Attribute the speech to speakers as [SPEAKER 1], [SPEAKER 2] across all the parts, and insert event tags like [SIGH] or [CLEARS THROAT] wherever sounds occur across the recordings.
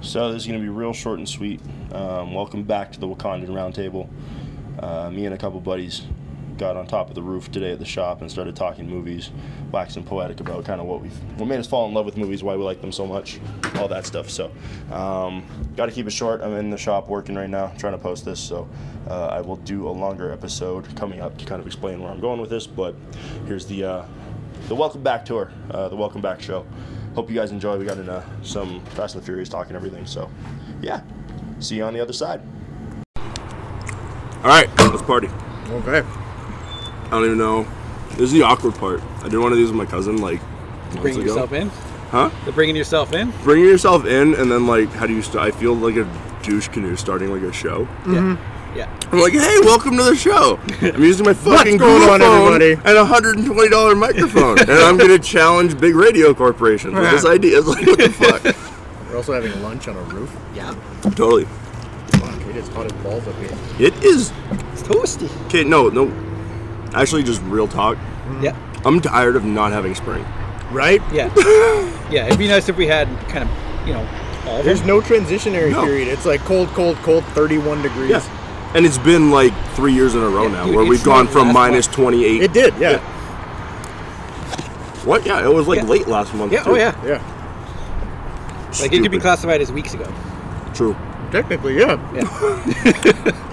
[SPEAKER 1] So this is going to be real short and sweet. Um, welcome back to the Wakandan Roundtable. Uh, me and a couple buddies got on top of the roof today at the shop and started talking movies, waxing poetic about kind of what we what made us fall in love with movies, why we like them so much, all that stuff. So, um, got to keep it short. I'm in the shop working right now, trying to post this. So, uh, I will do a longer episode coming up to kind of explain where I'm going with this. But here's the uh, the welcome back tour, uh, the welcome back show. Hope you guys enjoy. We got into some Fast and the Furious talk and everything. So, yeah, see you on the other side. All right, let's party.
[SPEAKER 2] Okay.
[SPEAKER 1] I don't even know. This is the awkward part. I did one of these with my cousin, like months
[SPEAKER 3] Bringing
[SPEAKER 1] ago.
[SPEAKER 3] yourself in?
[SPEAKER 1] Huh?
[SPEAKER 3] They're bringing yourself in?
[SPEAKER 1] Bringing yourself in, and then like, how do you? St- I feel like a douche canoe starting like a show. [LAUGHS]
[SPEAKER 3] Yeah.
[SPEAKER 1] I'm like, hey, welcome to the show. I'm using my fucking
[SPEAKER 2] going
[SPEAKER 1] Google
[SPEAKER 2] on,
[SPEAKER 1] phone
[SPEAKER 2] everybody?
[SPEAKER 1] and a hundred and twenty dollar microphone, and I'm
[SPEAKER 2] [LAUGHS]
[SPEAKER 1] gonna challenge big radio corporations with this idea. It's like, what the
[SPEAKER 2] [LAUGHS]
[SPEAKER 1] fuck?
[SPEAKER 2] We're also having lunch on a roof.
[SPEAKER 3] Yeah.
[SPEAKER 1] totally.
[SPEAKER 2] Fuck, it is hot as balls up here.
[SPEAKER 1] It is.
[SPEAKER 3] It's toasty.
[SPEAKER 1] Okay, no, no. Actually, just real talk.
[SPEAKER 3] Yeah.
[SPEAKER 1] I'm tired of not having spring.
[SPEAKER 2] Right?
[SPEAKER 1] [LAUGHS]
[SPEAKER 3] Yeah. yeah. It'd be nice if we had kind of, you know, all of
[SPEAKER 2] There's
[SPEAKER 3] them.
[SPEAKER 2] no transitionary
[SPEAKER 1] No.
[SPEAKER 2] period. It's like cold, cold, cold, 31 degrees.
[SPEAKER 1] Yeah. And it's been like three years in a row
[SPEAKER 3] Yeah,
[SPEAKER 1] now
[SPEAKER 3] dude,
[SPEAKER 1] where
[SPEAKER 3] it
[SPEAKER 1] we've gone
[SPEAKER 3] snowed
[SPEAKER 1] from
[SPEAKER 3] last
[SPEAKER 1] minus 28.
[SPEAKER 2] It did, yeah.
[SPEAKER 1] What? Yeah, it was like
[SPEAKER 3] Yeah.
[SPEAKER 1] late last month.
[SPEAKER 3] Yeah.
[SPEAKER 1] too.
[SPEAKER 3] Oh, yeah.
[SPEAKER 2] Yeah.
[SPEAKER 3] Like it could be
[SPEAKER 1] Stupid.
[SPEAKER 3] classified as weeks ago.
[SPEAKER 1] True.
[SPEAKER 2] Technically, yeah.
[SPEAKER 1] [LAUGHS]
[SPEAKER 3] Yeah.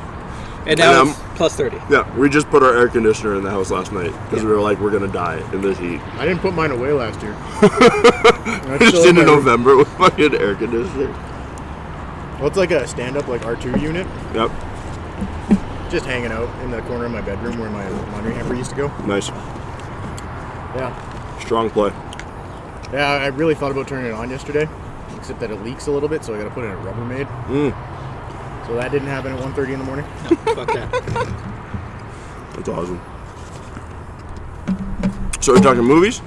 [SPEAKER 3] [LAUGHS] and now
[SPEAKER 1] And,
[SPEAKER 3] it's
[SPEAKER 1] um,
[SPEAKER 3] plus 30.
[SPEAKER 1] Yeah, we just put our air conditioner in the house last night because we were like, we're gonna die in this heat.
[SPEAKER 2] I didn't put mine away last
[SPEAKER 1] [LAUGHS]
[SPEAKER 2] year.
[SPEAKER 1] It's [LAUGHS]
[SPEAKER 2] That's
[SPEAKER 1] just in November with fucking air conditioner.
[SPEAKER 2] Well, it's like a stand-up, like R2 unit,
[SPEAKER 1] Yep.
[SPEAKER 2] just hanging out in the corner of my bedroom where my laundry hamper used to go.
[SPEAKER 1] Nice.
[SPEAKER 2] Yeah.
[SPEAKER 1] Strong play.
[SPEAKER 2] Yeah, I really thought about turning it on yesterday, except that it leaks a little bit, so I got to put in a Rubbermaid.
[SPEAKER 1] Mm,
[SPEAKER 2] So that didn't happen at 1.30 in the morning.
[SPEAKER 3] No, fuck that.
[SPEAKER 1] that's awesome. So we're talking movies.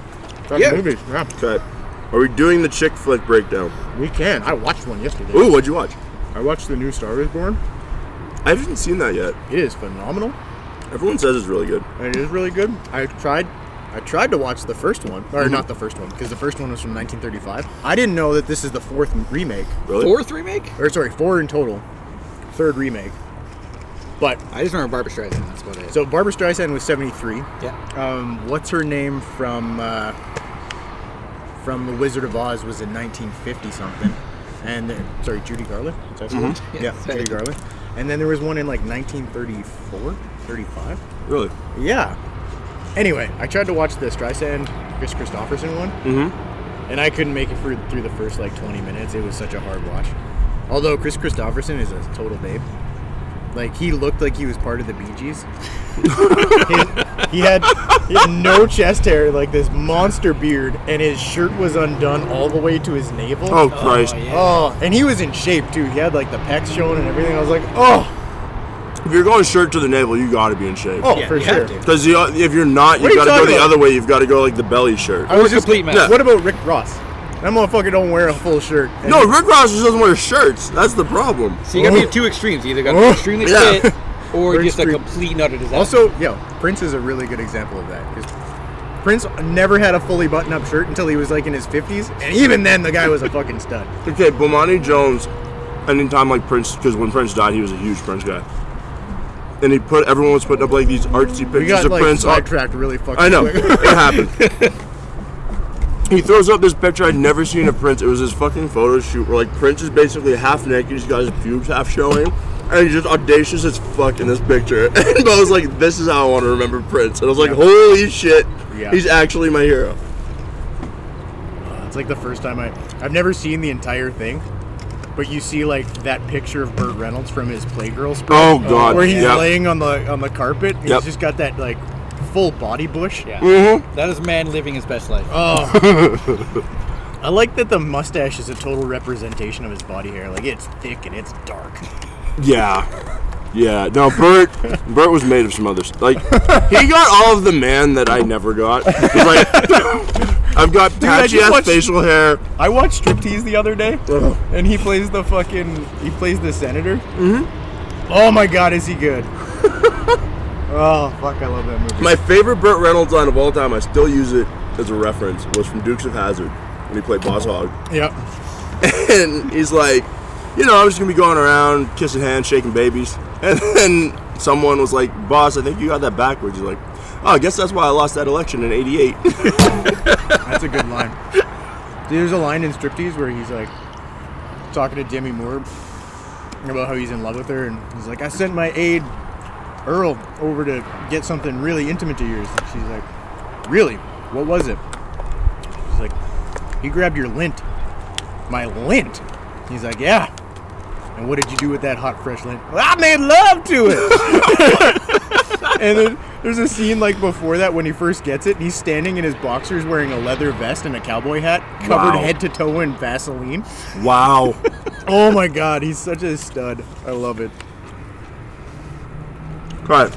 [SPEAKER 2] Talking
[SPEAKER 3] Yeah.
[SPEAKER 2] movies. Yeah.
[SPEAKER 1] Okay. Are we doing the chick flick breakdown?
[SPEAKER 2] We can. I watched one yesterday.
[SPEAKER 1] Ooh, what'd you watch?
[SPEAKER 2] I watched the new Star Wars Born.
[SPEAKER 1] I haven't seen that yet.
[SPEAKER 2] It is phenomenal.
[SPEAKER 1] Everyone says it's really good.
[SPEAKER 2] and It is really good. I tried. I tried to watch the first one, or not the first one, because the first one was from 1935. I didn't know that this is the fourth remake,
[SPEAKER 1] Really?
[SPEAKER 3] Fourth remake?
[SPEAKER 2] or sorry, four in total, third remake. But
[SPEAKER 3] I just remember Barbara Streisand. That's what it is.
[SPEAKER 2] so Barbara Streisand was 73.
[SPEAKER 3] yeah.
[SPEAKER 2] Um, what's her name from uh, from The Wizard of Oz was in 1950 something, and then, sorry, Judy Garland. Is that who it is?
[SPEAKER 3] Yeah,
[SPEAKER 2] Yeah,
[SPEAKER 3] that's
[SPEAKER 2] Judy
[SPEAKER 3] right.
[SPEAKER 2] Garland. And then there was one in like 1934, 35.
[SPEAKER 1] Really?
[SPEAKER 2] Yeah. Anyway, I tried to watch the Streisand Chris Christopherson one,
[SPEAKER 1] Mm-hmm.
[SPEAKER 2] and I couldn't make it through, through the first like 20 minutes. It was such a hard watch. Although Chris Christopherson is a total babe. Like he looked like he was part of the Bee
[SPEAKER 3] [LAUGHS]
[SPEAKER 2] Gees. he, he had he had no chest hair, like this monster beard, and his shirt was undone all the way to his navel.
[SPEAKER 1] Oh Christ!
[SPEAKER 3] Oh, yeah.
[SPEAKER 2] Oh, and he was in shape too. He had like the pecs shown and everything. I was like, oh,
[SPEAKER 1] If you're going shirt to the navel, you got to be in shape.
[SPEAKER 2] oh,
[SPEAKER 3] Yeah,
[SPEAKER 2] for
[SPEAKER 3] you have
[SPEAKER 2] sure.
[SPEAKER 3] to.
[SPEAKER 1] Because you, if you're not,
[SPEAKER 2] What are
[SPEAKER 1] you
[SPEAKER 2] you
[SPEAKER 1] got to go
[SPEAKER 2] talking
[SPEAKER 1] the
[SPEAKER 2] about?
[SPEAKER 1] other way. You've got to go like the belly shirt.
[SPEAKER 2] I
[SPEAKER 3] Or
[SPEAKER 2] was just-
[SPEAKER 3] complete mess.
[SPEAKER 2] What about Rick Ross? That motherfucker don't wear a full shirt. And
[SPEAKER 1] no, Rick Ross just doesn't wear shirts. That's the problem.
[SPEAKER 3] So you gotta be two extremes. You either gotta be
[SPEAKER 2] Oh.
[SPEAKER 3] extremely
[SPEAKER 1] Yeah. [LAUGHS]
[SPEAKER 3] fit or
[SPEAKER 2] Or
[SPEAKER 3] just a
[SPEAKER 2] extreme.
[SPEAKER 3] complete and utter disaster.
[SPEAKER 2] Also, yo, Prince is a really good example of that. 'cause Prince never had a fully button-up shirt until he was like in his fifties, and even then, the guy was a
[SPEAKER 1] [LAUGHS]
[SPEAKER 2] fucking stud.
[SPEAKER 1] Okay, Bomani Jones, anytime like Prince, because when Prince died, he was a huge Prince guy. And he put everyone was putting up like these artsy
[SPEAKER 2] We
[SPEAKER 1] pictures
[SPEAKER 2] got
[SPEAKER 1] of
[SPEAKER 2] like
[SPEAKER 1] Prince. on-
[SPEAKER 2] sidetracked really fucking.
[SPEAKER 1] I know
[SPEAKER 2] quick.
[SPEAKER 1] it happened. [LAUGHS] He throws up this picture I'd never seen of Prince. It was his fucking photo shoot where like Prince is basically half naked. He's got his pubes half showing, and he's just audacious as fuck in this picture. [LAUGHS] And I was like, this is how I want to remember Prince. And I was like, holy shit,
[SPEAKER 2] Yeah.
[SPEAKER 1] he's actually my hero.
[SPEAKER 2] It's like the first time I I've never seen the entire thing, but you see like that picture of Burt Reynolds from his Playgirl spread,
[SPEAKER 1] Oh, God,
[SPEAKER 2] where he's
[SPEAKER 1] yep.
[SPEAKER 2] laying on the on the carpet. and
[SPEAKER 1] Yep.
[SPEAKER 2] He's just got that like full body bush.
[SPEAKER 3] yeah.
[SPEAKER 1] Mm-hmm.
[SPEAKER 3] That is man living his best
[SPEAKER 1] Uh,
[SPEAKER 3] life.
[SPEAKER 2] Oh. I like that the mustache is a total representation of his body hair. Like it's thick and it's dark.
[SPEAKER 1] Yeah. Yeah. No,
[SPEAKER 2] [LAUGHS]
[SPEAKER 1] Bert Bert was made of some other stuff. Like he got all of the man that I never got. He's like [LAUGHS] I've got
[SPEAKER 2] I
[SPEAKER 1] patchy
[SPEAKER 2] just
[SPEAKER 1] ass
[SPEAKER 2] watched-
[SPEAKER 1] facial hair.
[SPEAKER 2] I watched Striptease the other day,
[SPEAKER 1] Ugh.
[SPEAKER 2] and he plays the fucking he plays the senator. Mm-hmm. Oh my god, is
[SPEAKER 1] [LAUGHS]
[SPEAKER 2] he good? oh fuck, I love that movie.
[SPEAKER 1] My favorite Burt Reynolds line of all time, I still use it as a reference, was from Dukes of Hazard when he played Boss Hog. [LAUGHS]
[SPEAKER 2] yep.
[SPEAKER 1] and he's like, you know, I'm just gonna be going around kissing hands, shaking babies. [LAUGHS] And then someone was like, boss, I think you got that backwards. He's like, oh, I guess that's why I lost that election in [LAUGHS] '88.
[SPEAKER 2] That's a good line. Dude, there's a line in Striptease where he's like talking to Demi Moore about how he's in love with her, and he's like, "I sent my aide Earl over to get something really intimate to yours." And she's like, "Really? What was it?" She's like, "He grabbed your lint." My lint. He's like, "Yeah." And what did you do with that hot, fresh lint? Well, I made love to it. [LAUGHS] And then there's a scene like before that when he first gets it, and he's standing in his boxers wearing a leather vest and a cowboy hat, covered
[SPEAKER 1] Wow.
[SPEAKER 2] head to toe in Vaseline.
[SPEAKER 1] wow.
[SPEAKER 2] Oh my god, he's such a stud. I love it.
[SPEAKER 1] All right.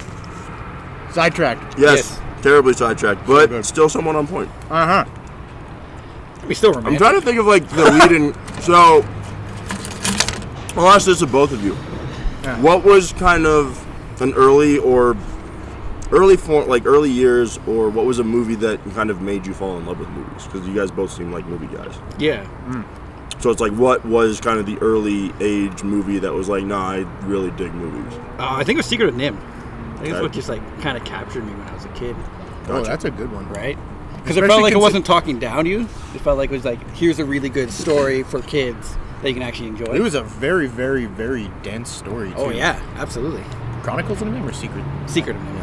[SPEAKER 2] Sidetracked.
[SPEAKER 1] Yes. Terribly sidetracked, but
[SPEAKER 2] good.
[SPEAKER 1] still somewhat on point.
[SPEAKER 2] Uh huh.
[SPEAKER 3] We still
[SPEAKER 1] I'm
[SPEAKER 3] remember.
[SPEAKER 1] trying to think of like the
[SPEAKER 2] [LAUGHS]
[SPEAKER 1] lead in. So, I'll ask this of both of you.
[SPEAKER 2] Yeah.
[SPEAKER 1] What was kind of an early or early form, like early years, or what was a movie that kind of made you fall in love with movies? Because you guys both seem like movie guys.
[SPEAKER 3] Yeah.
[SPEAKER 1] So it's like, what was kind of the early age movie that was like, nah, I really dig movies.
[SPEAKER 3] Uh, I think it was Secret of Nim. I think that's
[SPEAKER 1] Okay.
[SPEAKER 3] what just like kind of captured me when I was a kid,
[SPEAKER 2] Oh, that's a good one.
[SPEAKER 3] right? Because
[SPEAKER 2] Especially
[SPEAKER 3] it felt like it
[SPEAKER 2] consi-
[SPEAKER 3] wasn't talking down to you. It felt like it was like here's a really good story for kids that you can actually enjoy.
[SPEAKER 2] It was a very, very, very dense story. Too.
[SPEAKER 3] oh yeah, absolutely.
[SPEAKER 2] Chronicles of Name or Secret?
[SPEAKER 3] Secret of Nim.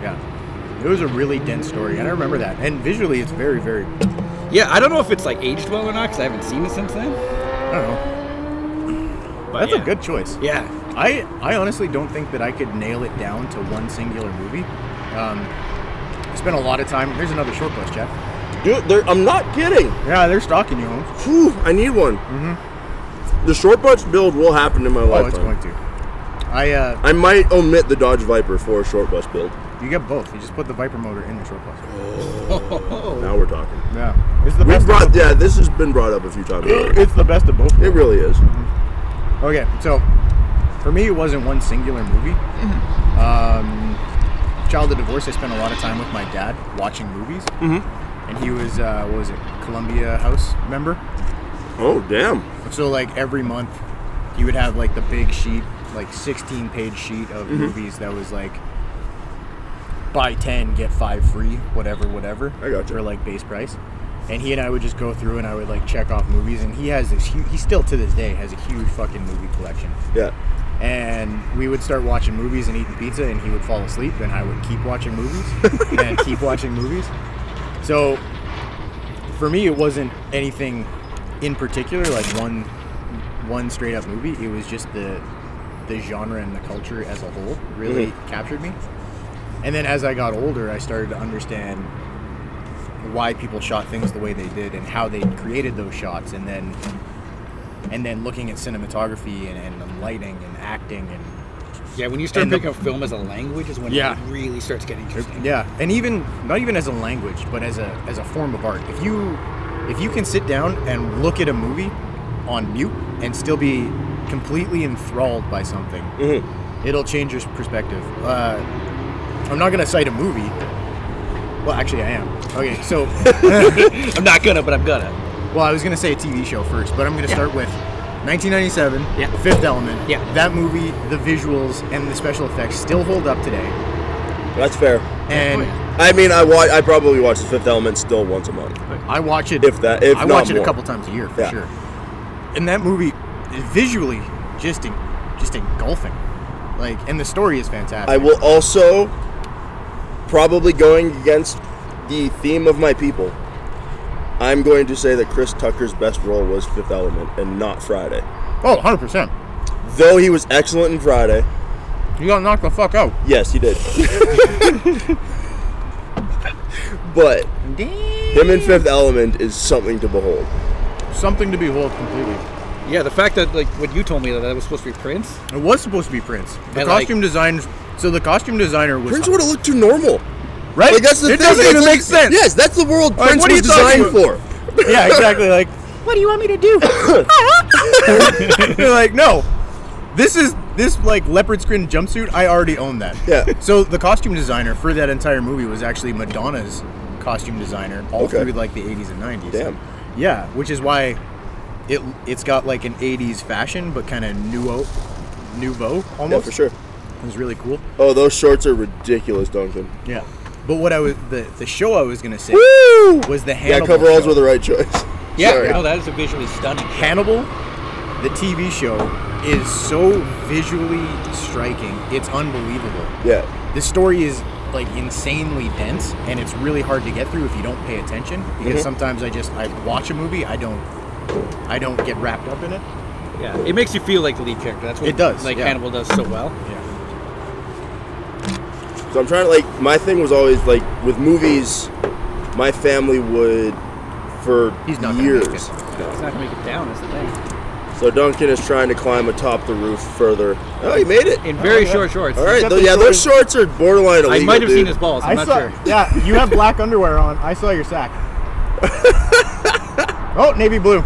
[SPEAKER 2] Yeah. It was a really dense story, and I remember that. And visually, it's very, very. I
[SPEAKER 3] Yeah, I don't know if it's like aged well or not because I haven't seen it since then.
[SPEAKER 2] don't know.
[SPEAKER 3] But
[SPEAKER 2] That's
[SPEAKER 3] Oh, yeah.
[SPEAKER 2] a good choice.
[SPEAKER 3] Yeah.
[SPEAKER 2] I I honestly don't think that I could nail it down to one singular movie. Um, I spent a lot of time. Here's another short bus, Jeff.
[SPEAKER 1] Dude, they're- I'm not kidding.
[SPEAKER 2] Yeah, they're stalking you, Holmes.
[SPEAKER 1] Whew, I need one. The short butts build will happen in my
[SPEAKER 2] Mm-hmm. Oh,
[SPEAKER 1] life.
[SPEAKER 2] it's going to. I uh,
[SPEAKER 1] I might omit the Dodge Viper for a short bus build.
[SPEAKER 2] you get both. You just put the Viper motor in the short bus.
[SPEAKER 1] Now we're talking.
[SPEAKER 2] Yeah, it's the
[SPEAKER 1] We
[SPEAKER 2] best.
[SPEAKER 1] brought yeah. This has been brought up a few times. already.
[SPEAKER 2] It's the best of both.
[SPEAKER 1] It really is.
[SPEAKER 2] Okay, so for me, it wasn't one singular movie. Um, child of divorce. I spent a lot of time with my dad watching movies, mm-hmm. and he was uh, what was it, Columbia House member.
[SPEAKER 1] Oh damn.
[SPEAKER 2] So like every month, he would have like the big sheet, like 16 page sheet of
[SPEAKER 1] Mm-hmm.
[SPEAKER 2] movies that was like buy 10 get 5 free, whatever, whatever.
[SPEAKER 1] I gotcha.
[SPEAKER 2] For like base price. And he and I would just go through and I would like check off movies and he has this huge, he still to this day has a huge fucking movie collection.
[SPEAKER 1] Yeah.
[SPEAKER 2] And we would start watching movies and eating pizza and he would fall asleep and I would keep watching movies and keep watching movies. So for me it wasn't anything in particular like one one straight up movie it was just the the genre and the culture as a whole really captured me and then as i got older i started to understand why people shot things the way they did and how they created those shots and then and then looking at cinematography and, and lighting and acting and
[SPEAKER 3] Yeah, when you start
[SPEAKER 2] And the-
[SPEAKER 3] picking up film as a language is when
[SPEAKER 2] Yeah.
[SPEAKER 3] it really starts getting interesting.
[SPEAKER 2] Yeah, and even not even as a language, but as a as a form of art. If you if you can sit down and look at a movie on mute and still be completely enthralled by something,
[SPEAKER 3] Mm-hmm.
[SPEAKER 2] it'll change your perspective. Uh, I'm not gonna cite a movie. Well, actually, I am. Okay,
[SPEAKER 3] [LAUGHS]
[SPEAKER 2] so
[SPEAKER 3] I'm not gonna, but I'm gonna.
[SPEAKER 2] well, I was gonna say a TV show first, but I'm gonna start with 1997,
[SPEAKER 3] Yeah.
[SPEAKER 2] Fifth Element.
[SPEAKER 3] Yeah.
[SPEAKER 2] that movie, the visuals and the special effects still hold up today.
[SPEAKER 1] That's fair.
[SPEAKER 2] And
[SPEAKER 3] Oh, yeah.
[SPEAKER 1] I mean, I wa- I probably watch The Fifth Element still once a month.
[SPEAKER 2] I watch it.
[SPEAKER 1] If that- if
[SPEAKER 2] I
[SPEAKER 1] not
[SPEAKER 2] watch it
[SPEAKER 1] more.
[SPEAKER 2] a couple times a year for
[SPEAKER 1] Yeah.
[SPEAKER 2] sure. And that movie, is visually, just en- just engulfing. Like, and the story is fantastic.
[SPEAKER 1] I will also probably going against the theme of my people. I'm going to say that Chris Tucker's best role was Fifth Element and not Friday.
[SPEAKER 2] Oh, 100 percent.
[SPEAKER 1] Though he was excellent in Friday.
[SPEAKER 2] You got knocked the fuck out.
[SPEAKER 1] Yes, he did. [LAUGHS] but him in Fifth Element is something to behold.
[SPEAKER 2] Something to behold completely.
[SPEAKER 3] Yeah, the fact that like what you told me that that was supposed to be Prince.
[SPEAKER 2] It was supposed to be Prince. The
[SPEAKER 3] And, like-
[SPEAKER 2] costume design. So the costume designer was
[SPEAKER 1] Prince would have looked too normal.
[SPEAKER 2] right.
[SPEAKER 1] Like that's the
[SPEAKER 2] it
[SPEAKER 1] thing.
[SPEAKER 2] doesn't
[SPEAKER 1] it's
[SPEAKER 2] even
[SPEAKER 1] like-
[SPEAKER 2] make sense.
[SPEAKER 1] Yes, that's the world
[SPEAKER 2] Like,
[SPEAKER 1] Prince
[SPEAKER 2] what are
[SPEAKER 1] was
[SPEAKER 2] you talking
[SPEAKER 1] designed for.
[SPEAKER 2] [LAUGHS] Yeah, exactly. Like, what do you want me to [COUGHS] [LAUGHS] do? You're like, no. This is this like leopard skin jumpsuit. I already own that.
[SPEAKER 1] Yeah.
[SPEAKER 2] So the costume designer for that entire movie was actually Madonna's costume designer all
[SPEAKER 1] Okay.
[SPEAKER 2] through like the 80s and 90s.
[SPEAKER 1] Damn.
[SPEAKER 2] Yeah, which is why it it's got like an '80s fashion, but kind of nouveau, nouveau
[SPEAKER 1] Yeah,
[SPEAKER 2] almost.
[SPEAKER 1] for sure.
[SPEAKER 2] It was really cool.
[SPEAKER 1] Oh, those shorts are ridiculous, Duncan.
[SPEAKER 2] Yeah. But what I was the the show I was gonna say
[SPEAKER 1] Woo!
[SPEAKER 2] was the
[SPEAKER 1] Yeah,
[SPEAKER 2] Hannibal.
[SPEAKER 1] coveralls
[SPEAKER 2] show.
[SPEAKER 1] were the right
[SPEAKER 2] [LAUGHS]
[SPEAKER 1] choice.
[SPEAKER 3] Yeah,
[SPEAKER 1] Sorry.
[SPEAKER 3] no, that is a visually stunning.
[SPEAKER 2] Hannibal, the TV show, is so visually striking. It's unbelievable.
[SPEAKER 1] Yeah.
[SPEAKER 2] This story is like insanely dense, and it's really hard to get through if you don't pay attention. Because
[SPEAKER 1] Mhm.
[SPEAKER 2] sometimes I just I watch a movie, I don't, I don't get wrapped up in it.
[SPEAKER 3] Yeah, it makes you feel like the lead character. That's what
[SPEAKER 2] It does,
[SPEAKER 3] Like
[SPEAKER 2] yeah.
[SPEAKER 3] Hannibal does so well.
[SPEAKER 2] Yeah.
[SPEAKER 1] So I'm trying to like my thing was always like with movies, my family would for
[SPEAKER 2] He's not gonna make
[SPEAKER 1] years.
[SPEAKER 2] it.
[SPEAKER 3] It's not gonna make it down. Is the thing.
[SPEAKER 1] So Duncan is trying to climb atop the roof further. Oh, he made it.
[SPEAKER 3] In very
[SPEAKER 2] yeah.
[SPEAKER 3] short shorts.
[SPEAKER 1] All right.
[SPEAKER 2] got
[SPEAKER 1] tho-
[SPEAKER 2] the
[SPEAKER 1] yeah, those shorts are borderline illegal.
[SPEAKER 3] I might have
[SPEAKER 1] dude.
[SPEAKER 3] seen his balls. I'm not sure.
[SPEAKER 2] Yeah, you have [LAUGHS] black underwear on. I saw your [LAUGHS] sack. oh, navy blue.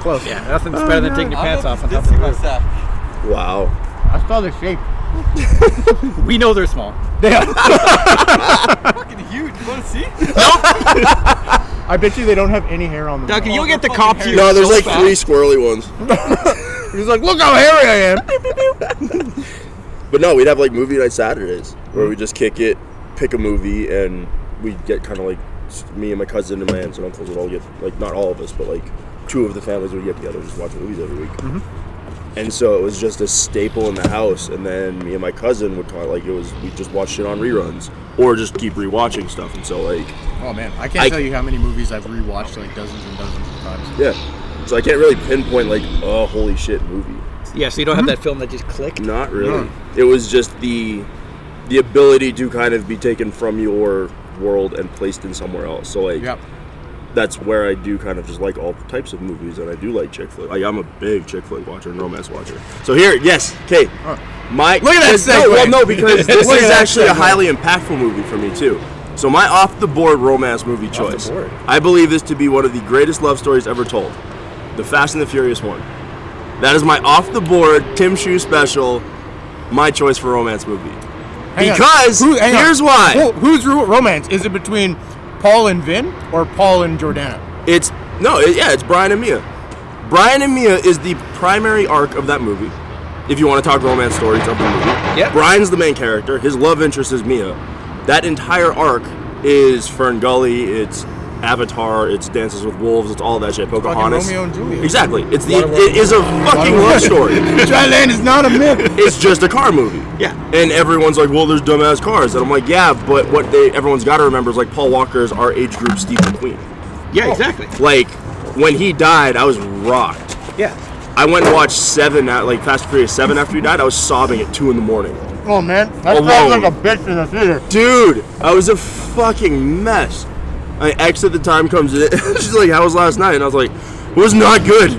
[SPEAKER 2] Close.
[SPEAKER 3] Yeah, nothing's better than taking your pants off and humping the roof.
[SPEAKER 1] Wow.
[SPEAKER 2] I saw their shape.
[SPEAKER 3] We know they're small.
[SPEAKER 2] I bet you they don't have any hair on them.
[SPEAKER 3] Duncan, you'll get Oh, the cop to you.
[SPEAKER 1] No, there's
[SPEAKER 3] so
[SPEAKER 1] like
[SPEAKER 3] fast.
[SPEAKER 1] three squirrely ones.
[SPEAKER 2] He's like, look how hairy I am.
[SPEAKER 1] But no, we'd have like movie night Saturdays where we just kick it, pick a movie, and we get kind of like s- me and my cousin and my aunts and uncles would all get like not all of us, but like two of the families would get together and just watch movies every week. And so it was just a staple in the house. And then me and my cousin would kind of like it was we just watched it on reruns or just keep rewatching stuff. And so like
[SPEAKER 2] Oh man, I can't
[SPEAKER 1] I-
[SPEAKER 2] tell you how many movies I've rewatched like dozens and dozens of times.
[SPEAKER 1] yeah, so I can't really pinpoint like oh holy shit movie.
[SPEAKER 3] Yeah, so you don't have that film that just clicked.
[SPEAKER 1] Not really. It was just the the ability to kind of be taken from your world and placed in somewhere else. So like
[SPEAKER 2] Yep.
[SPEAKER 1] that's where I do kind of just like all types of movies and I do like chick flick. Like, I'm a big chick flick watcher and romance watcher. So here, yes, Kate.
[SPEAKER 2] Huh.
[SPEAKER 1] My
[SPEAKER 2] Look at that
[SPEAKER 1] this- No,
[SPEAKER 2] segue.
[SPEAKER 1] well, no, because this
[SPEAKER 2] [LAUGHS] Look at
[SPEAKER 1] is
[SPEAKER 2] that
[SPEAKER 1] actually a
[SPEAKER 2] segue.
[SPEAKER 1] highly impactful movie for me too. So my off the board romance movie
[SPEAKER 2] the
[SPEAKER 1] choice.
[SPEAKER 2] board.
[SPEAKER 1] I believe this to be one of the greatest love stories ever told. The Fast and the Furious one. That is my off the board Tim Shoe special, my choice for romance movie.
[SPEAKER 2] Hang on.
[SPEAKER 1] Because
[SPEAKER 2] hang on.
[SPEAKER 1] here's why.
[SPEAKER 2] Who, whose ro- romance is it between Paul and Vin or Paul and Jordana?
[SPEAKER 1] It's no, it, yeah, it's Brian and Mia. Brian and Mia is the primary arc of that movie. If you want to talk romance stories of the movie,
[SPEAKER 3] Yep.
[SPEAKER 1] Brian's the main character. His love interest is Mia. That entire arc is Fern Gully. It's Avatar. It's Dances with Wolves. It's all that shit. Pocahontas.
[SPEAKER 2] Romeo and Juliet.
[SPEAKER 1] Exactly. It's the it is a fucking love
[SPEAKER 2] [LAUGHS]
[SPEAKER 1] story.
[SPEAKER 2] Thailand is not a myth.
[SPEAKER 1] It's just a car movie.
[SPEAKER 3] Yeah.
[SPEAKER 1] And everyone's like, well, there's dumbass cars. And I'm like, yeah, but what they everyone's got to remember is like Paul Walker is our age group Steve McQueen.
[SPEAKER 3] Yeah, exactly.
[SPEAKER 1] Like when he died, I was rocked.
[SPEAKER 3] Yeah.
[SPEAKER 1] I went and watched Seven, at, like Fast and Furious Seven. After he died, I was sobbing at two in the morning.
[SPEAKER 2] Oh man, that
[SPEAKER 1] Alone.
[SPEAKER 2] sounds like a bitch in the theater.
[SPEAKER 1] Dude, I was a fucking mess. My ex at the time comes in. [LAUGHS] She's like, "How was last night?" And I was like, "Was not good."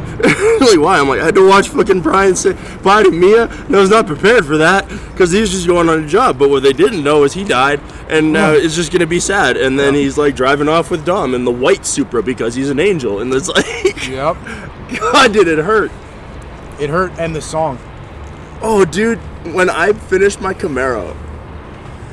[SPEAKER 1] [LAUGHS] like, why? I'm like, I had to watch fucking Brian say bye to Mia, and I was not prepared for that because he was just going on a job. But what they didn't know is he died, and now it's just gonna be sad. And then he's like driving off with Dom in the white Supra because he's an angel, and it's [LAUGHS] like.
[SPEAKER 2] Yep.
[SPEAKER 1] God, did it hurt?
[SPEAKER 2] It hurt, and the song.
[SPEAKER 1] Oh, dude, when I finished my Camaro,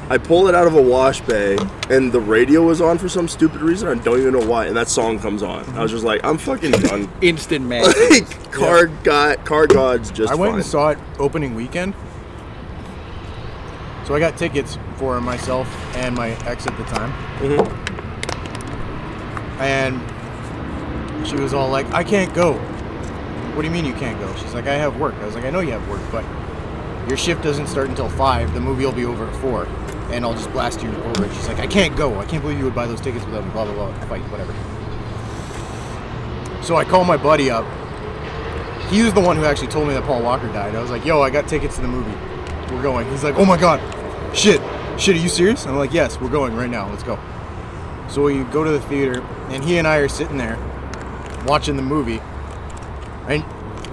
[SPEAKER 1] I pulled it out of a wash bay, and the radio was on for some stupid reason. I don't even know why. And that song comes on. I was just like, I'm fucking
[SPEAKER 2] [LAUGHS]
[SPEAKER 1] done.
[SPEAKER 3] Instant man.
[SPEAKER 1] like, car god, car gods just.
[SPEAKER 2] I went
[SPEAKER 1] fine.
[SPEAKER 2] and saw it opening weekend. So I got tickets for myself and my ex at the time.
[SPEAKER 1] Mm-hmm.
[SPEAKER 2] And she was all like, I can't go. What do you mean you can't go? She's like, I have work. I was like, I know you have work, but your shift doesn't start until 5. The movie will be over at 4. And I'll just blast you over it. She's like, I can't go. I can't believe you would buy those tickets without me. Blah, blah, blah. Fight, whatever. So I call my buddy up he was the one who actually told me that Paul Walker died. I was like, yo, I got tickets to the movie. We're going. He's like, oh my God. Shit. Shit, are you serious? And I'm like, yes, we're going right now. Let's go. So we go to the theater, and he and I are sitting there watching the movie. And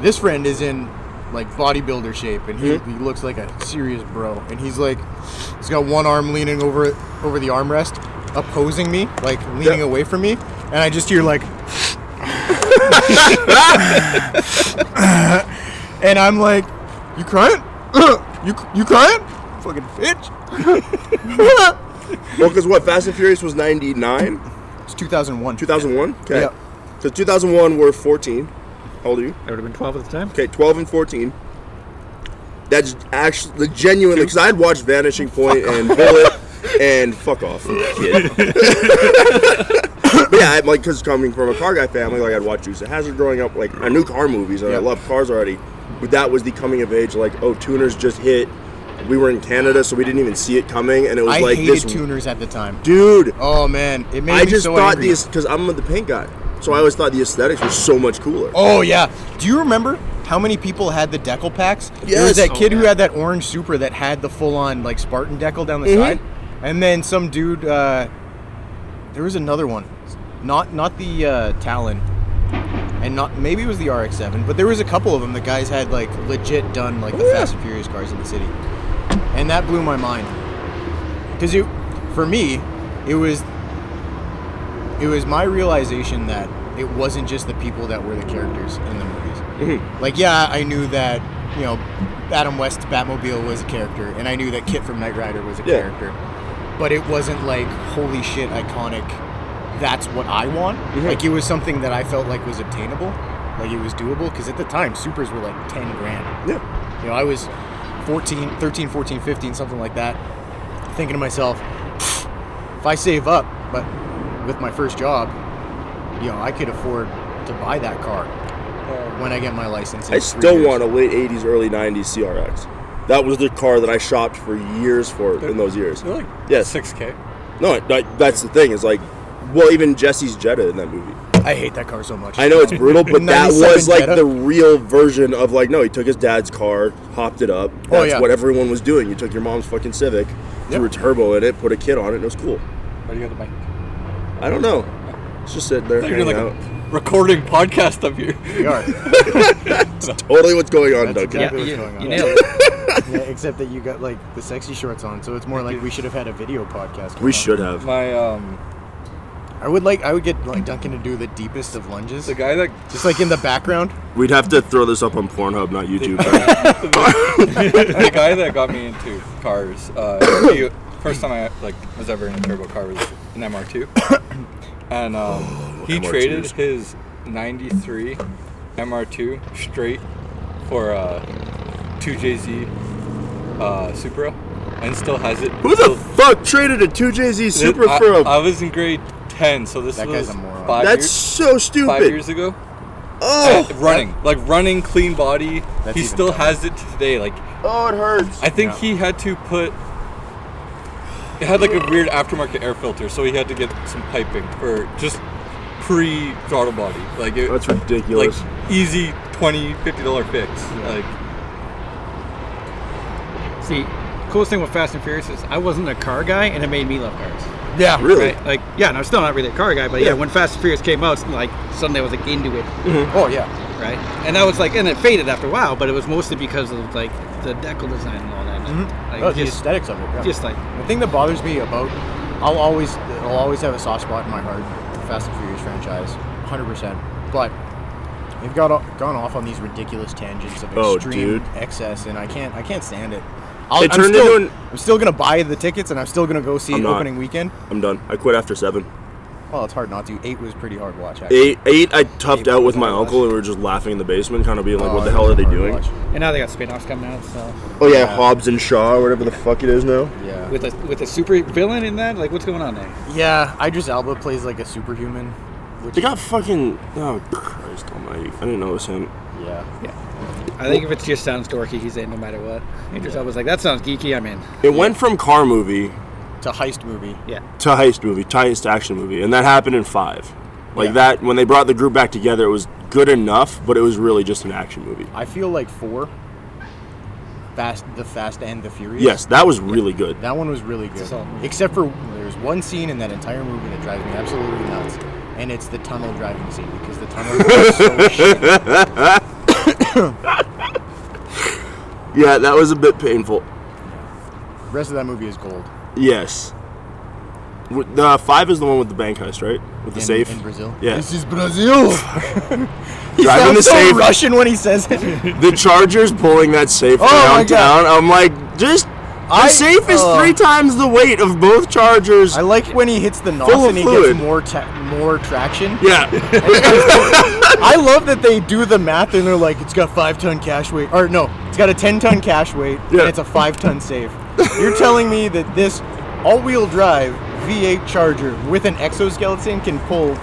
[SPEAKER 2] this friend is in like bodybuilder shape, and he,
[SPEAKER 1] Hmm.
[SPEAKER 2] he looks like a serious bro. And he's like, he's got one arm leaning over over the armrest, opposing me, like leaning
[SPEAKER 1] Yeah.
[SPEAKER 2] away from me. And I just hear like, [LAUGHS] and I'm like, you crying? [CLEARS THROAT] you you crying? Fucking bitch.
[SPEAKER 1] Well, because what? Fast and Furious was 99?
[SPEAKER 2] It's 2001.
[SPEAKER 1] 2001? Okay.
[SPEAKER 2] Yep.
[SPEAKER 1] Because 2001, we're 14. How old are you?
[SPEAKER 4] I would have been 12 at the time.
[SPEAKER 1] Okay, 12 and 14. That's actually genuinely because I had watched Vanishing Point and
[SPEAKER 4] [LAUGHS]
[SPEAKER 1] Bullet and fuck off, kid. [LAUGHS] but yeah, I'm like because coming from a car guy family, like I'd watch Juice of Hazard growing up. Like I knew car movies and I
[SPEAKER 2] Yeah.
[SPEAKER 1] loved cars already, but that was the coming of age. Like oh, tuners just hit. We were in Canada, so we didn't even see it coming, and it was
[SPEAKER 2] I
[SPEAKER 1] like
[SPEAKER 2] hated
[SPEAKER 1] this.
[SPEAKER 2] tuners at the time.
[SPEAKER 1] Dude,
[SPEAKER 2] Oh man, it made
[SPEAKER 1] I
[SPEAKER 2] me
[SPEAKER 1] just
[SPEAKER 2] so
[SPEAKER 1] thought
[SPEAKER 2] angry.
[SPEAKER 1] these because I'm the paint guy, so I always thought the aesthetics were so much cooler.
[SPEAKER 2] Oh yeah. Do you remember how many people had the decal packs? There was
[SPEAKER 1] Yes. Oh,
[SPEAKER 2] that kid who had that orange super that had the full-on like Spartan decal down the
[SPEAKER 1] Mm-hmm.
[SPEAKER 2] side, and then some dude. Uh, there was another one, not not the uh, Talon, and not maybe it was the RX-7, but there was a couple of them. The guys had like legit done like the
[SPEAKER 1] Oh,
[SPEAKER 2] Fast and Furious cars in the city, and that blew my mind. Because you, for me, it was it was my realization that it wasn't just the people that were the characters in the movies. Like, yeah, I knew that, you know, Adam West's Batmobile was a character, and I knew that Kit from Knight Rider was a
[SPEAKER 1] Yeah.
[SPEAKER 2] character. But it wasn't like, holy shit, iconic, that's what I want. Like, it was something that I felt like was obtainable, like it was doable, because at the time, supers were like 10 grand.
[SPEAKER 1] Yeah.
[SPEAKER 2] You know, I was 14, 13, 14, 15, something like that, thinking to myself, if I save up, but with my first job, you know, I could afford to buy that car when I get my license. in
[SPEAKER 1] I
[SPEAKER 2] three
[SPEAKER 1] still
[SPEAKER 2] years.
[SPEAKER 1] want a late '80s, early '90s CRX. That was the car that I shopped for years for in those years.
[SPEAKER 4] Really?
[SPEAKER 1] Yes.
[SPEAKER 4] 6K.
[SPEAKER 1] No, I, that's the thing. Is like, well, even Jesse's Jetta in that movie.
[SPEAKER 2] I hate that car so much.
[SPEAKER 1] I know it's brutal,
[SPEAKER 2] [LAUGHS]
[SPEAKER 1] but that
[SPEAKER 2] 97
[SPEAKER 1] was like
[SPEAKER 2] Jetta?
[SPEAKER 1] the real version of like, no, he took his dad's car, hopped it up. That's
[SPEAKER 2] Oh, yeah.
[SPEAKER 1] what everyone was doing. You took your mom's fucking Civic, threw a turbo in it, put a kid on it, and it was cool.
[SPEAKER 4] Why do you have the mic?
[SPEAKER 1] I don't know. It's just sitting there.
[SPEAKER 4] I thought you were
[SPEAKER 1] Hanging
[SPEAKER 4] doing
[SPEAKER 1] out.
[SPEAKER 4] like a recording podcast up here.
[SPEAKER 1] [LAUGHS]
[SPEAKER 2] We are.
[SPEAKER 1] Totally, what's going on,
[SPEAKER 2] That's
[SPEAKER 1] Doug?
[SPEAKER 2] exactly- what's
[SPEAKER 3] you, you
[SPEAKER 2] going on.
[SPEAKER 3] nailed it.
[SPEAKER 2] Yeah, except that you got like the sexy shorts on, so it's more like we should have had a video podcast.
[SPEAKER 1] We should have.
[SPEAKER 4] My um,
[SPEAKER 2] I would like. I would get like Duncan to do the deepest of lunges,
[SPEAKER 4] the guy that
[SPEAKER 2] just like in the background.
[SPEAKER 1] We'd have to throw this up on Pornhub, not YouTube.
[SPEAKER 4] the guy that got me into cars, uh, he, first time I like was ever in a turbo car was an MR2, and um, he
[SPEAKER 1] MR2s.
[SPEAKER 4] traded his '93 MR2 straight for a 2JZ uh, Supra, and still has
[SPEAKER 1] [LAUGHS]
[SPEAKER 4] it.
[SPEAKER 1] Who
[SPEAKER 4] Still-
[SPEAKER 1] the fuck traded a 2JZ Supra
[SPEAKER 4] I,
[SPEAKER 1] for a?
[SPEAKER 4] I was in grade 10, so this
[SPEAKER 2] That
[SPEAKER 4] was
[SPEAKER 2] guy's a moron.
[SPEAKER 4] five
[SPEAKER 1] that's
[SPEAKER 4] years,
[SPEAKER 1] so stupid.
[SPEAKER 4] five years ago.
[SPEAKER 1] Oh,
[SPEAKER 4] Uh, running, like running, clean body.
[SPEAKER 2] That's
[SPEAKER 4] he
[SPEAKER 2] even
[SPEAKER 4] still
[SPEAKER 2] dumber.
[SPEAKER 4] has it today. Like
[SPEAKER 1] oh, it hurts.
[SPEAKER 4] I think
[SPEAKER 2] Yeah.
[SPEAKER 4] he had to put. It had like a weird aftermarket air filter, so he had to get some piping for just pre throttle body. Like it,
[SPEAKER 1] That's
[SPEAKER 4] like
[SPEAKER 1] ridiculous.
[SPEAKER 4] easy 20 fifty dollar fix.
[SPEAKER 3] See, coolest thing with Fast and Furious is I wasn't a car guy, and it made me love cars.
[SPEAKER 2] Yeah.
[SPEAKER 1] really?
[SPEAKER 3] Right? Like, yeah, and I'm still not really a car guy, but yeah,
[SPEAKER 1] Yeah.
[SPEAKER 3] when Fast and Furious came out, like suddenly I was like into it.
[SPEAKER 2] Oh yeah.
[SPEAKER 3] right? And that was like, and it faded after a while, but it was mostly because of like the decal design and all that. Like,
[SPEAKER 2] oh, the
[SPEAKER 3] just,
[SPEAKER 2] aesthetics of it. yeah.
[SPEAKER 3] just like,
[SPEAKER 2] The thing that bothers me about I'll always I'll always have a soft spot in my heart for the Fast and Furious franchise, 100%. But they've got o- gone off on these ridiculous tangents of
[SPEAKER 1] Oh,
[SPEAKER 2] extreme
[SPEAKER 1] dude.
[SPEAKER 2] excess, and I can't I can't stand it. I'll,
[SPEAKER 1] It
[SPEAKER 2] I'm
[SPEAKER 1] turned
[SPEAKER 2] still,
[SPEAKER 1] into an-
[SPEAKER 2] I'm still gonna buy the tickets, and I'm still gonna go see
[SPEAKER 1] I'm
[SPEAKER 2] it
[SPEAKER 1] not.
[SPEAKER 2] opening weekend.
[SPEAKER 1] I'm done. I quit after seven.
[SPEAKER 2] Well, it's hard not to. Eight was pretty hard watch. Actually.
[SPEAKER 1] Eight, eight. I toughed
[SPEAKER 2] Eight
[SPEAKER 1] out with
[SPEAKER 2] was
[SPEAKER 1] my
[SPEAKER 2] hard
[SPEAKER 1] uncle,
[SPEAKER 2] watch.
[SPEAKER 1] and we were just laughing in the basement, kind of being like,
[SPEAKER 2] Oh,
[SPEAKER 1] "What the
[SPEAKER 2] it
[SPEAKER 1] hell
[SPEAKER 2] was
[SPEAKER 1] are they
[SPEAKER 2] hard
[SPEAKER 1] doing?"
[SPEAKER 2] watch.
[SPEAKER 3] and now they got spin-offs coming out, so
[SPEAKER 1] Oh yeah,
[SPEAKER 2] Yeah.
[SPEAKER 1] Hobbs and Shaw, or whatever the fuck it is now.
[SPEAKER 2] Yeah.
[SPEAKER 3] with a with a super villain in that, like, what's going on there?
[SPEAKER 2] yeah. Idris Alba plays like a superhuman. Which,
[SPEAKER 1] They got fucking. Oh Christ Almighty! I didn't know it was him.
[SPEAKER 2] yeah.
[SPEAKER 3] I think if it just sounds dorky, he's in no matter what. Idris yeah. was like, that sounds geeky, I'm in.
[SPEAKER 1] It went from car movie
[SPEAKER 2] It's a heist movie.
[SPEAKER 3] Yeah,
[SPEAKER 1] to heist movie, to heist action movie, and that happened in five. Like
[SPEAKER 2] Yeah.
[SPEAKER 1] that, when they brought the group back together, it was good enough, but it was really just an action movie.
[SPEAKER 2] I feel like four. Fast, the Fast and the Furious.
[SPEAKER 1] Yes, that was really good.
[SPEAKER 2] That one was really good.
[SPEAKER 3] a solid movie.
[SPEAKER 2] Except for there's one scene in that entire movie that drives me absolutely nuts, and it's the tunnel driving scene because the
[SPEAKER 1] [LAUGHS]
[SPEAKER 2] tunnel is so shit.
[SPEAKER 1] Yeah, that was a bit painful.
[SPEAKER 2] The rest of that movie is gold.
[SPEAKER 1] Yes. With- The five is the one with the bank heist, right? With the
[SPEAKER 2] in,
[SPEAKER 1] safe.
[SPEAKER 2] in Brazil.
[SPEAKER 1] Yeah.
[SPEAKER 2] This is
[SPEAKER 1] [LAUGHS]
[SPEAKER 2] Brazil. [LAUGHS] he
[SPEAKER 1] Driving
[SPEAKER 2] sounds
[SPEAKER 1] the
[SPEAKER 2] so
[SPEAKER 1] safe. [LAUGHS]
[SPEAKER 2] Russian when he says it.
[SPEAKER 1] The Chargers pulling that safe
[SPEAKER 2] Oh my
[SPEAKER 1] downtown. I'm like, just The safe is
[SPEAKER 2] uh,
[SPEAKER 1] three times the weight of both Chargers.
[SPEAKER 2] I like when he hits the NOS
[SPEAKER 1] Full of
[SPEAKER 2] and he
[SPEAKER 1] fluid.
[SPEAKER 2] gets more ta- more traction. [LAUGHS]
[SPEAKER 1] yeah.
[SPEAKER 2] I love that they do the math and they're like, it's got five ton cash weight, or no, it's got a ten ton cash weight,
[SPEAKER 1] Yeah.
[SPEAKER 2] and it's a five ton safe. You're telling me that this all wheel drive V8 Charger with an exoskeleton can pull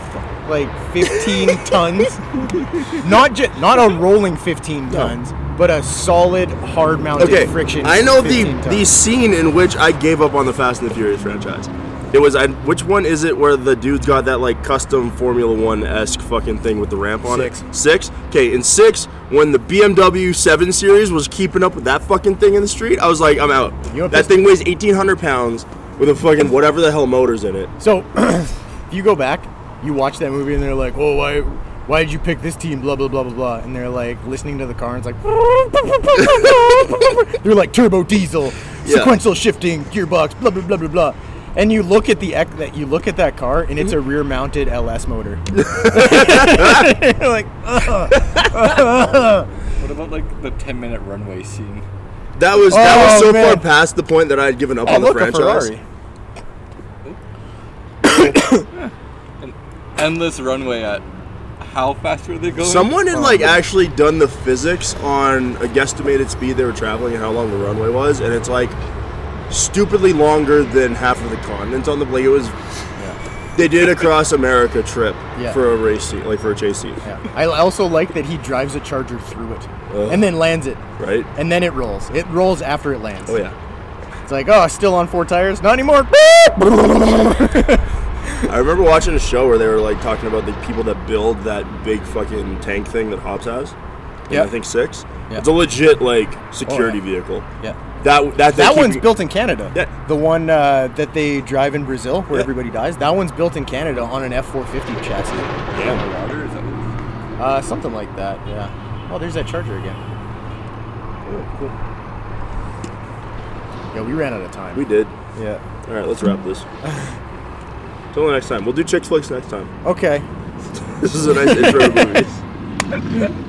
[SPEAKER 2] like
[SPEAKER 1] [LAUGHS]
[SPEAKER 2] 15 tons? Not just not a rolling 15 tons, but a solid hard mounted
[SPEAKER 1] Okay.
[SPEAKER 2] friction.
[SPEAKER 1] I know the
[SPEAKER 2] 15
[SPEAKER 1] the
[SPEAKER 2] tons.
[SPEAKER 1] scene in which I gave up on the Fast and the Furious franchise. It was I, which one is it where the dude's got that like custom Formula One esque fucking thing with the ramp on
[SPEAKER 2] Six.
[SPEAKER 1] it? Six. Okay, in six, when the BMW 7 Series was keeping up with that fucking thing in the street, I was like, I'm out.
[SPEAKER 2] You know
[SPEAKER 1] that
[SPEAKER 2] what
[SPEAKER 1] thing weighs 1,800 pounds with a fucking whatever the hell motors in it.
[SPEAKER 2] So, [CLEARS THROAT] if you go back, you watch that movie, and they're like, "Oh, why, why did you pick this team?" Blah blah blah blah blah, and they're like [LAUGHS] listening to the car, and it's like they're like turbo diesel,
[SPEAKER 1] Yeah.
[SPEAKER 2] sequential shifting, gearbox, blah blah blah blah blah. And you look at the ec- that you look at that car, and
[SPEAKER 1] Mm-hmm.
[SPEAKER 2] it's a rear-mounted LS
[SPEAKER 1] [LAUGHS]
[SPEAKER 2] motor. [LAUGHS] You're like,
[SPEAKER 4] What about like the 10 minute runway scene?
[SPEAKER 1] That was that was
[SPEAKER 2] Oh,
[SPEAKER 1] so
[SPEAKER 2] man.
[SPEAKER 1] far past the point that I had given up
[SPEAKER 2] oh,
[SPEAKER 1] on the
[SPEAKER 2] look a
[SPEAKER 1] franchise.
[SPEAKER 2] Ferrari.
[SPEAKER 4] Endless runway at how fast were they going?
[SPEAKER 1] Someone
[SPEAKER 2] Oh,
[SPEAKER 1] had like actually done the physics on a guesstimated speed they were traveling and how long the runway was, and it's like stupidly longer than half of the continents on the like it was. They did a cross America trip
[SPEAKER 2] Yeah.
[SPEAKER 1] for a race scene, like for a chase scene,
[SPEAKER 2] Yeah. I also like that he drives a Charger through it, and then lands it,
[SPEAKER 1] right?
[SPEAKER 2] and then it rolls. It rolls after it lands.
[SPEAKER 1] Oh yeah,
[SPEAKER 2] It's like, oh, still on four tires?
[SPEAKER 1] [LAUGHS]
[SPEAKER 2] Not anymore.
[SPEAKER 1] I remember watching a show where they were like talking about the people that build that big fucking tank thing that Hobbs has. in,
[SPEAKER 2] Yeah.
[SPEAKER 1] I think six.
[SPEAKER 2] Yeah. Oh,
[SPEAKER 1] It's a legit like security vehicle.
[SPEAKER 2] yeah.
[SPEAKER 1] That that they
[SPEAKER 2] That
[SPEAKER 1] keep-
[SPEAKER 2] one's built in Canada.
[SPEAKER 1] Yeah.
[SPEAKER 2] The one uh, that they drive in Brazil, where
[SPEAKER 1] Yeah.
[SPEAKER 2] everybody dies. That one's built in Canada on an F450 chassis,
[SPEAKER 1] Yeah.
[SPEAKER 4] Water, is that-
[SPEAKER 2] uh, something like that. Yeah. Oh, there's that charger again. Yeah, we ran out of time.
[SPEAKER 1] We did.
[SPEAKER 2] yeah.
[SPEAKER 1] All right, let's wrap
[SPEAKER 2] [LAUGHS]
[SPEAKER 1] this. Till next [LAUGHS] time. We'll do Chick Flicks next time.
[SPEAKER 2] Okay.
[SPEAKER 1] This is a nice intro to movies.